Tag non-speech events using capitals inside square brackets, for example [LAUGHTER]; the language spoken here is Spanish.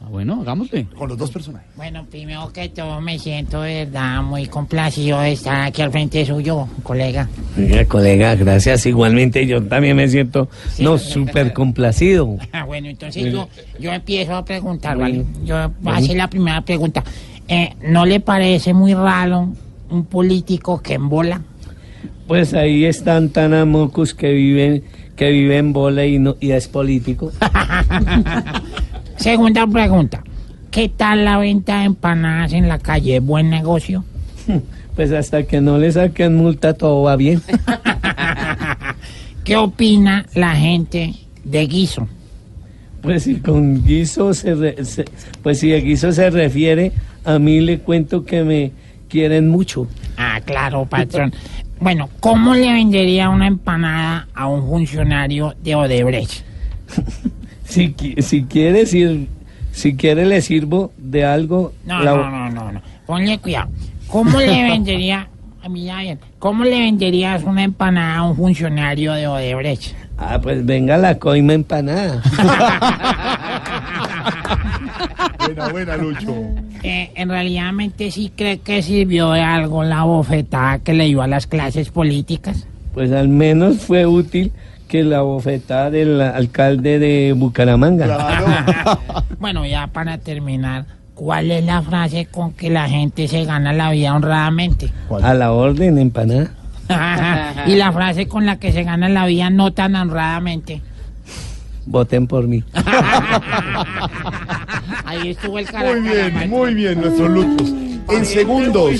Ah, Bueno, hagámosle. Con los dos [LAUGHS] personajes. Bueno, primero que todo me siento de verdad muy complacido de estar aquí al frente suyo, colega. [LAUGHS] Oiga, colega, gracias. Igualmente yo también me siento Sí, no no, súper pero- complacido. Ah, bueno, entonces yo, yo empiezo a preguntar, ¿vale? Yo voy a hacer la primera pregunta. Eh, ¿No le parece muy raro un político que embola? Pues ahí están tan a mocos que viven que viven bola y no y es [LAUGHS] político. Segunda pregunta. ¿Qué tal la venta de empanadas en la calle? ¿Buen negocio? Pues hasta que no le saquen multa todo va [LAUGHS] bien. ¿Qué opina la gente de guiso? Pues si con guiso se, re- se- pues si a guiso se refiere, a mí le cuento que me quieren mucho. Ah, claro, patrón. Bueno, ¿cómo le vendería una empanada a un funcionario de Odebrecht? Si qui- si quiere sir- si quiere le sirvo de algo. No, la- no, no, no, no. Ponle cuidado. ¿Cómo le vendería, a mí ya bien, cómo le venderías una empanada a un funcionario de Odebrecht? Ah, pues venga la coima empanada. Buena, buena, Lucho. Eh, en realidad sí cree que sirvió de algo la bofetada que le dio a las clases políticas. Pues al menos fue útil que la bofetada del alcalde de Bucaramanga. Claro. Bueno, ya para terminar, ¿cuál es la frase con que la gente se gana la vida honradamente? [LAUGHS] A la orden, empanada. y la frase con la que se gana la vida no tan honradamente. Voten por mí. Ahí estuvo el Muy carácter. bien, muy bien, nuestros Luchos. En segundos.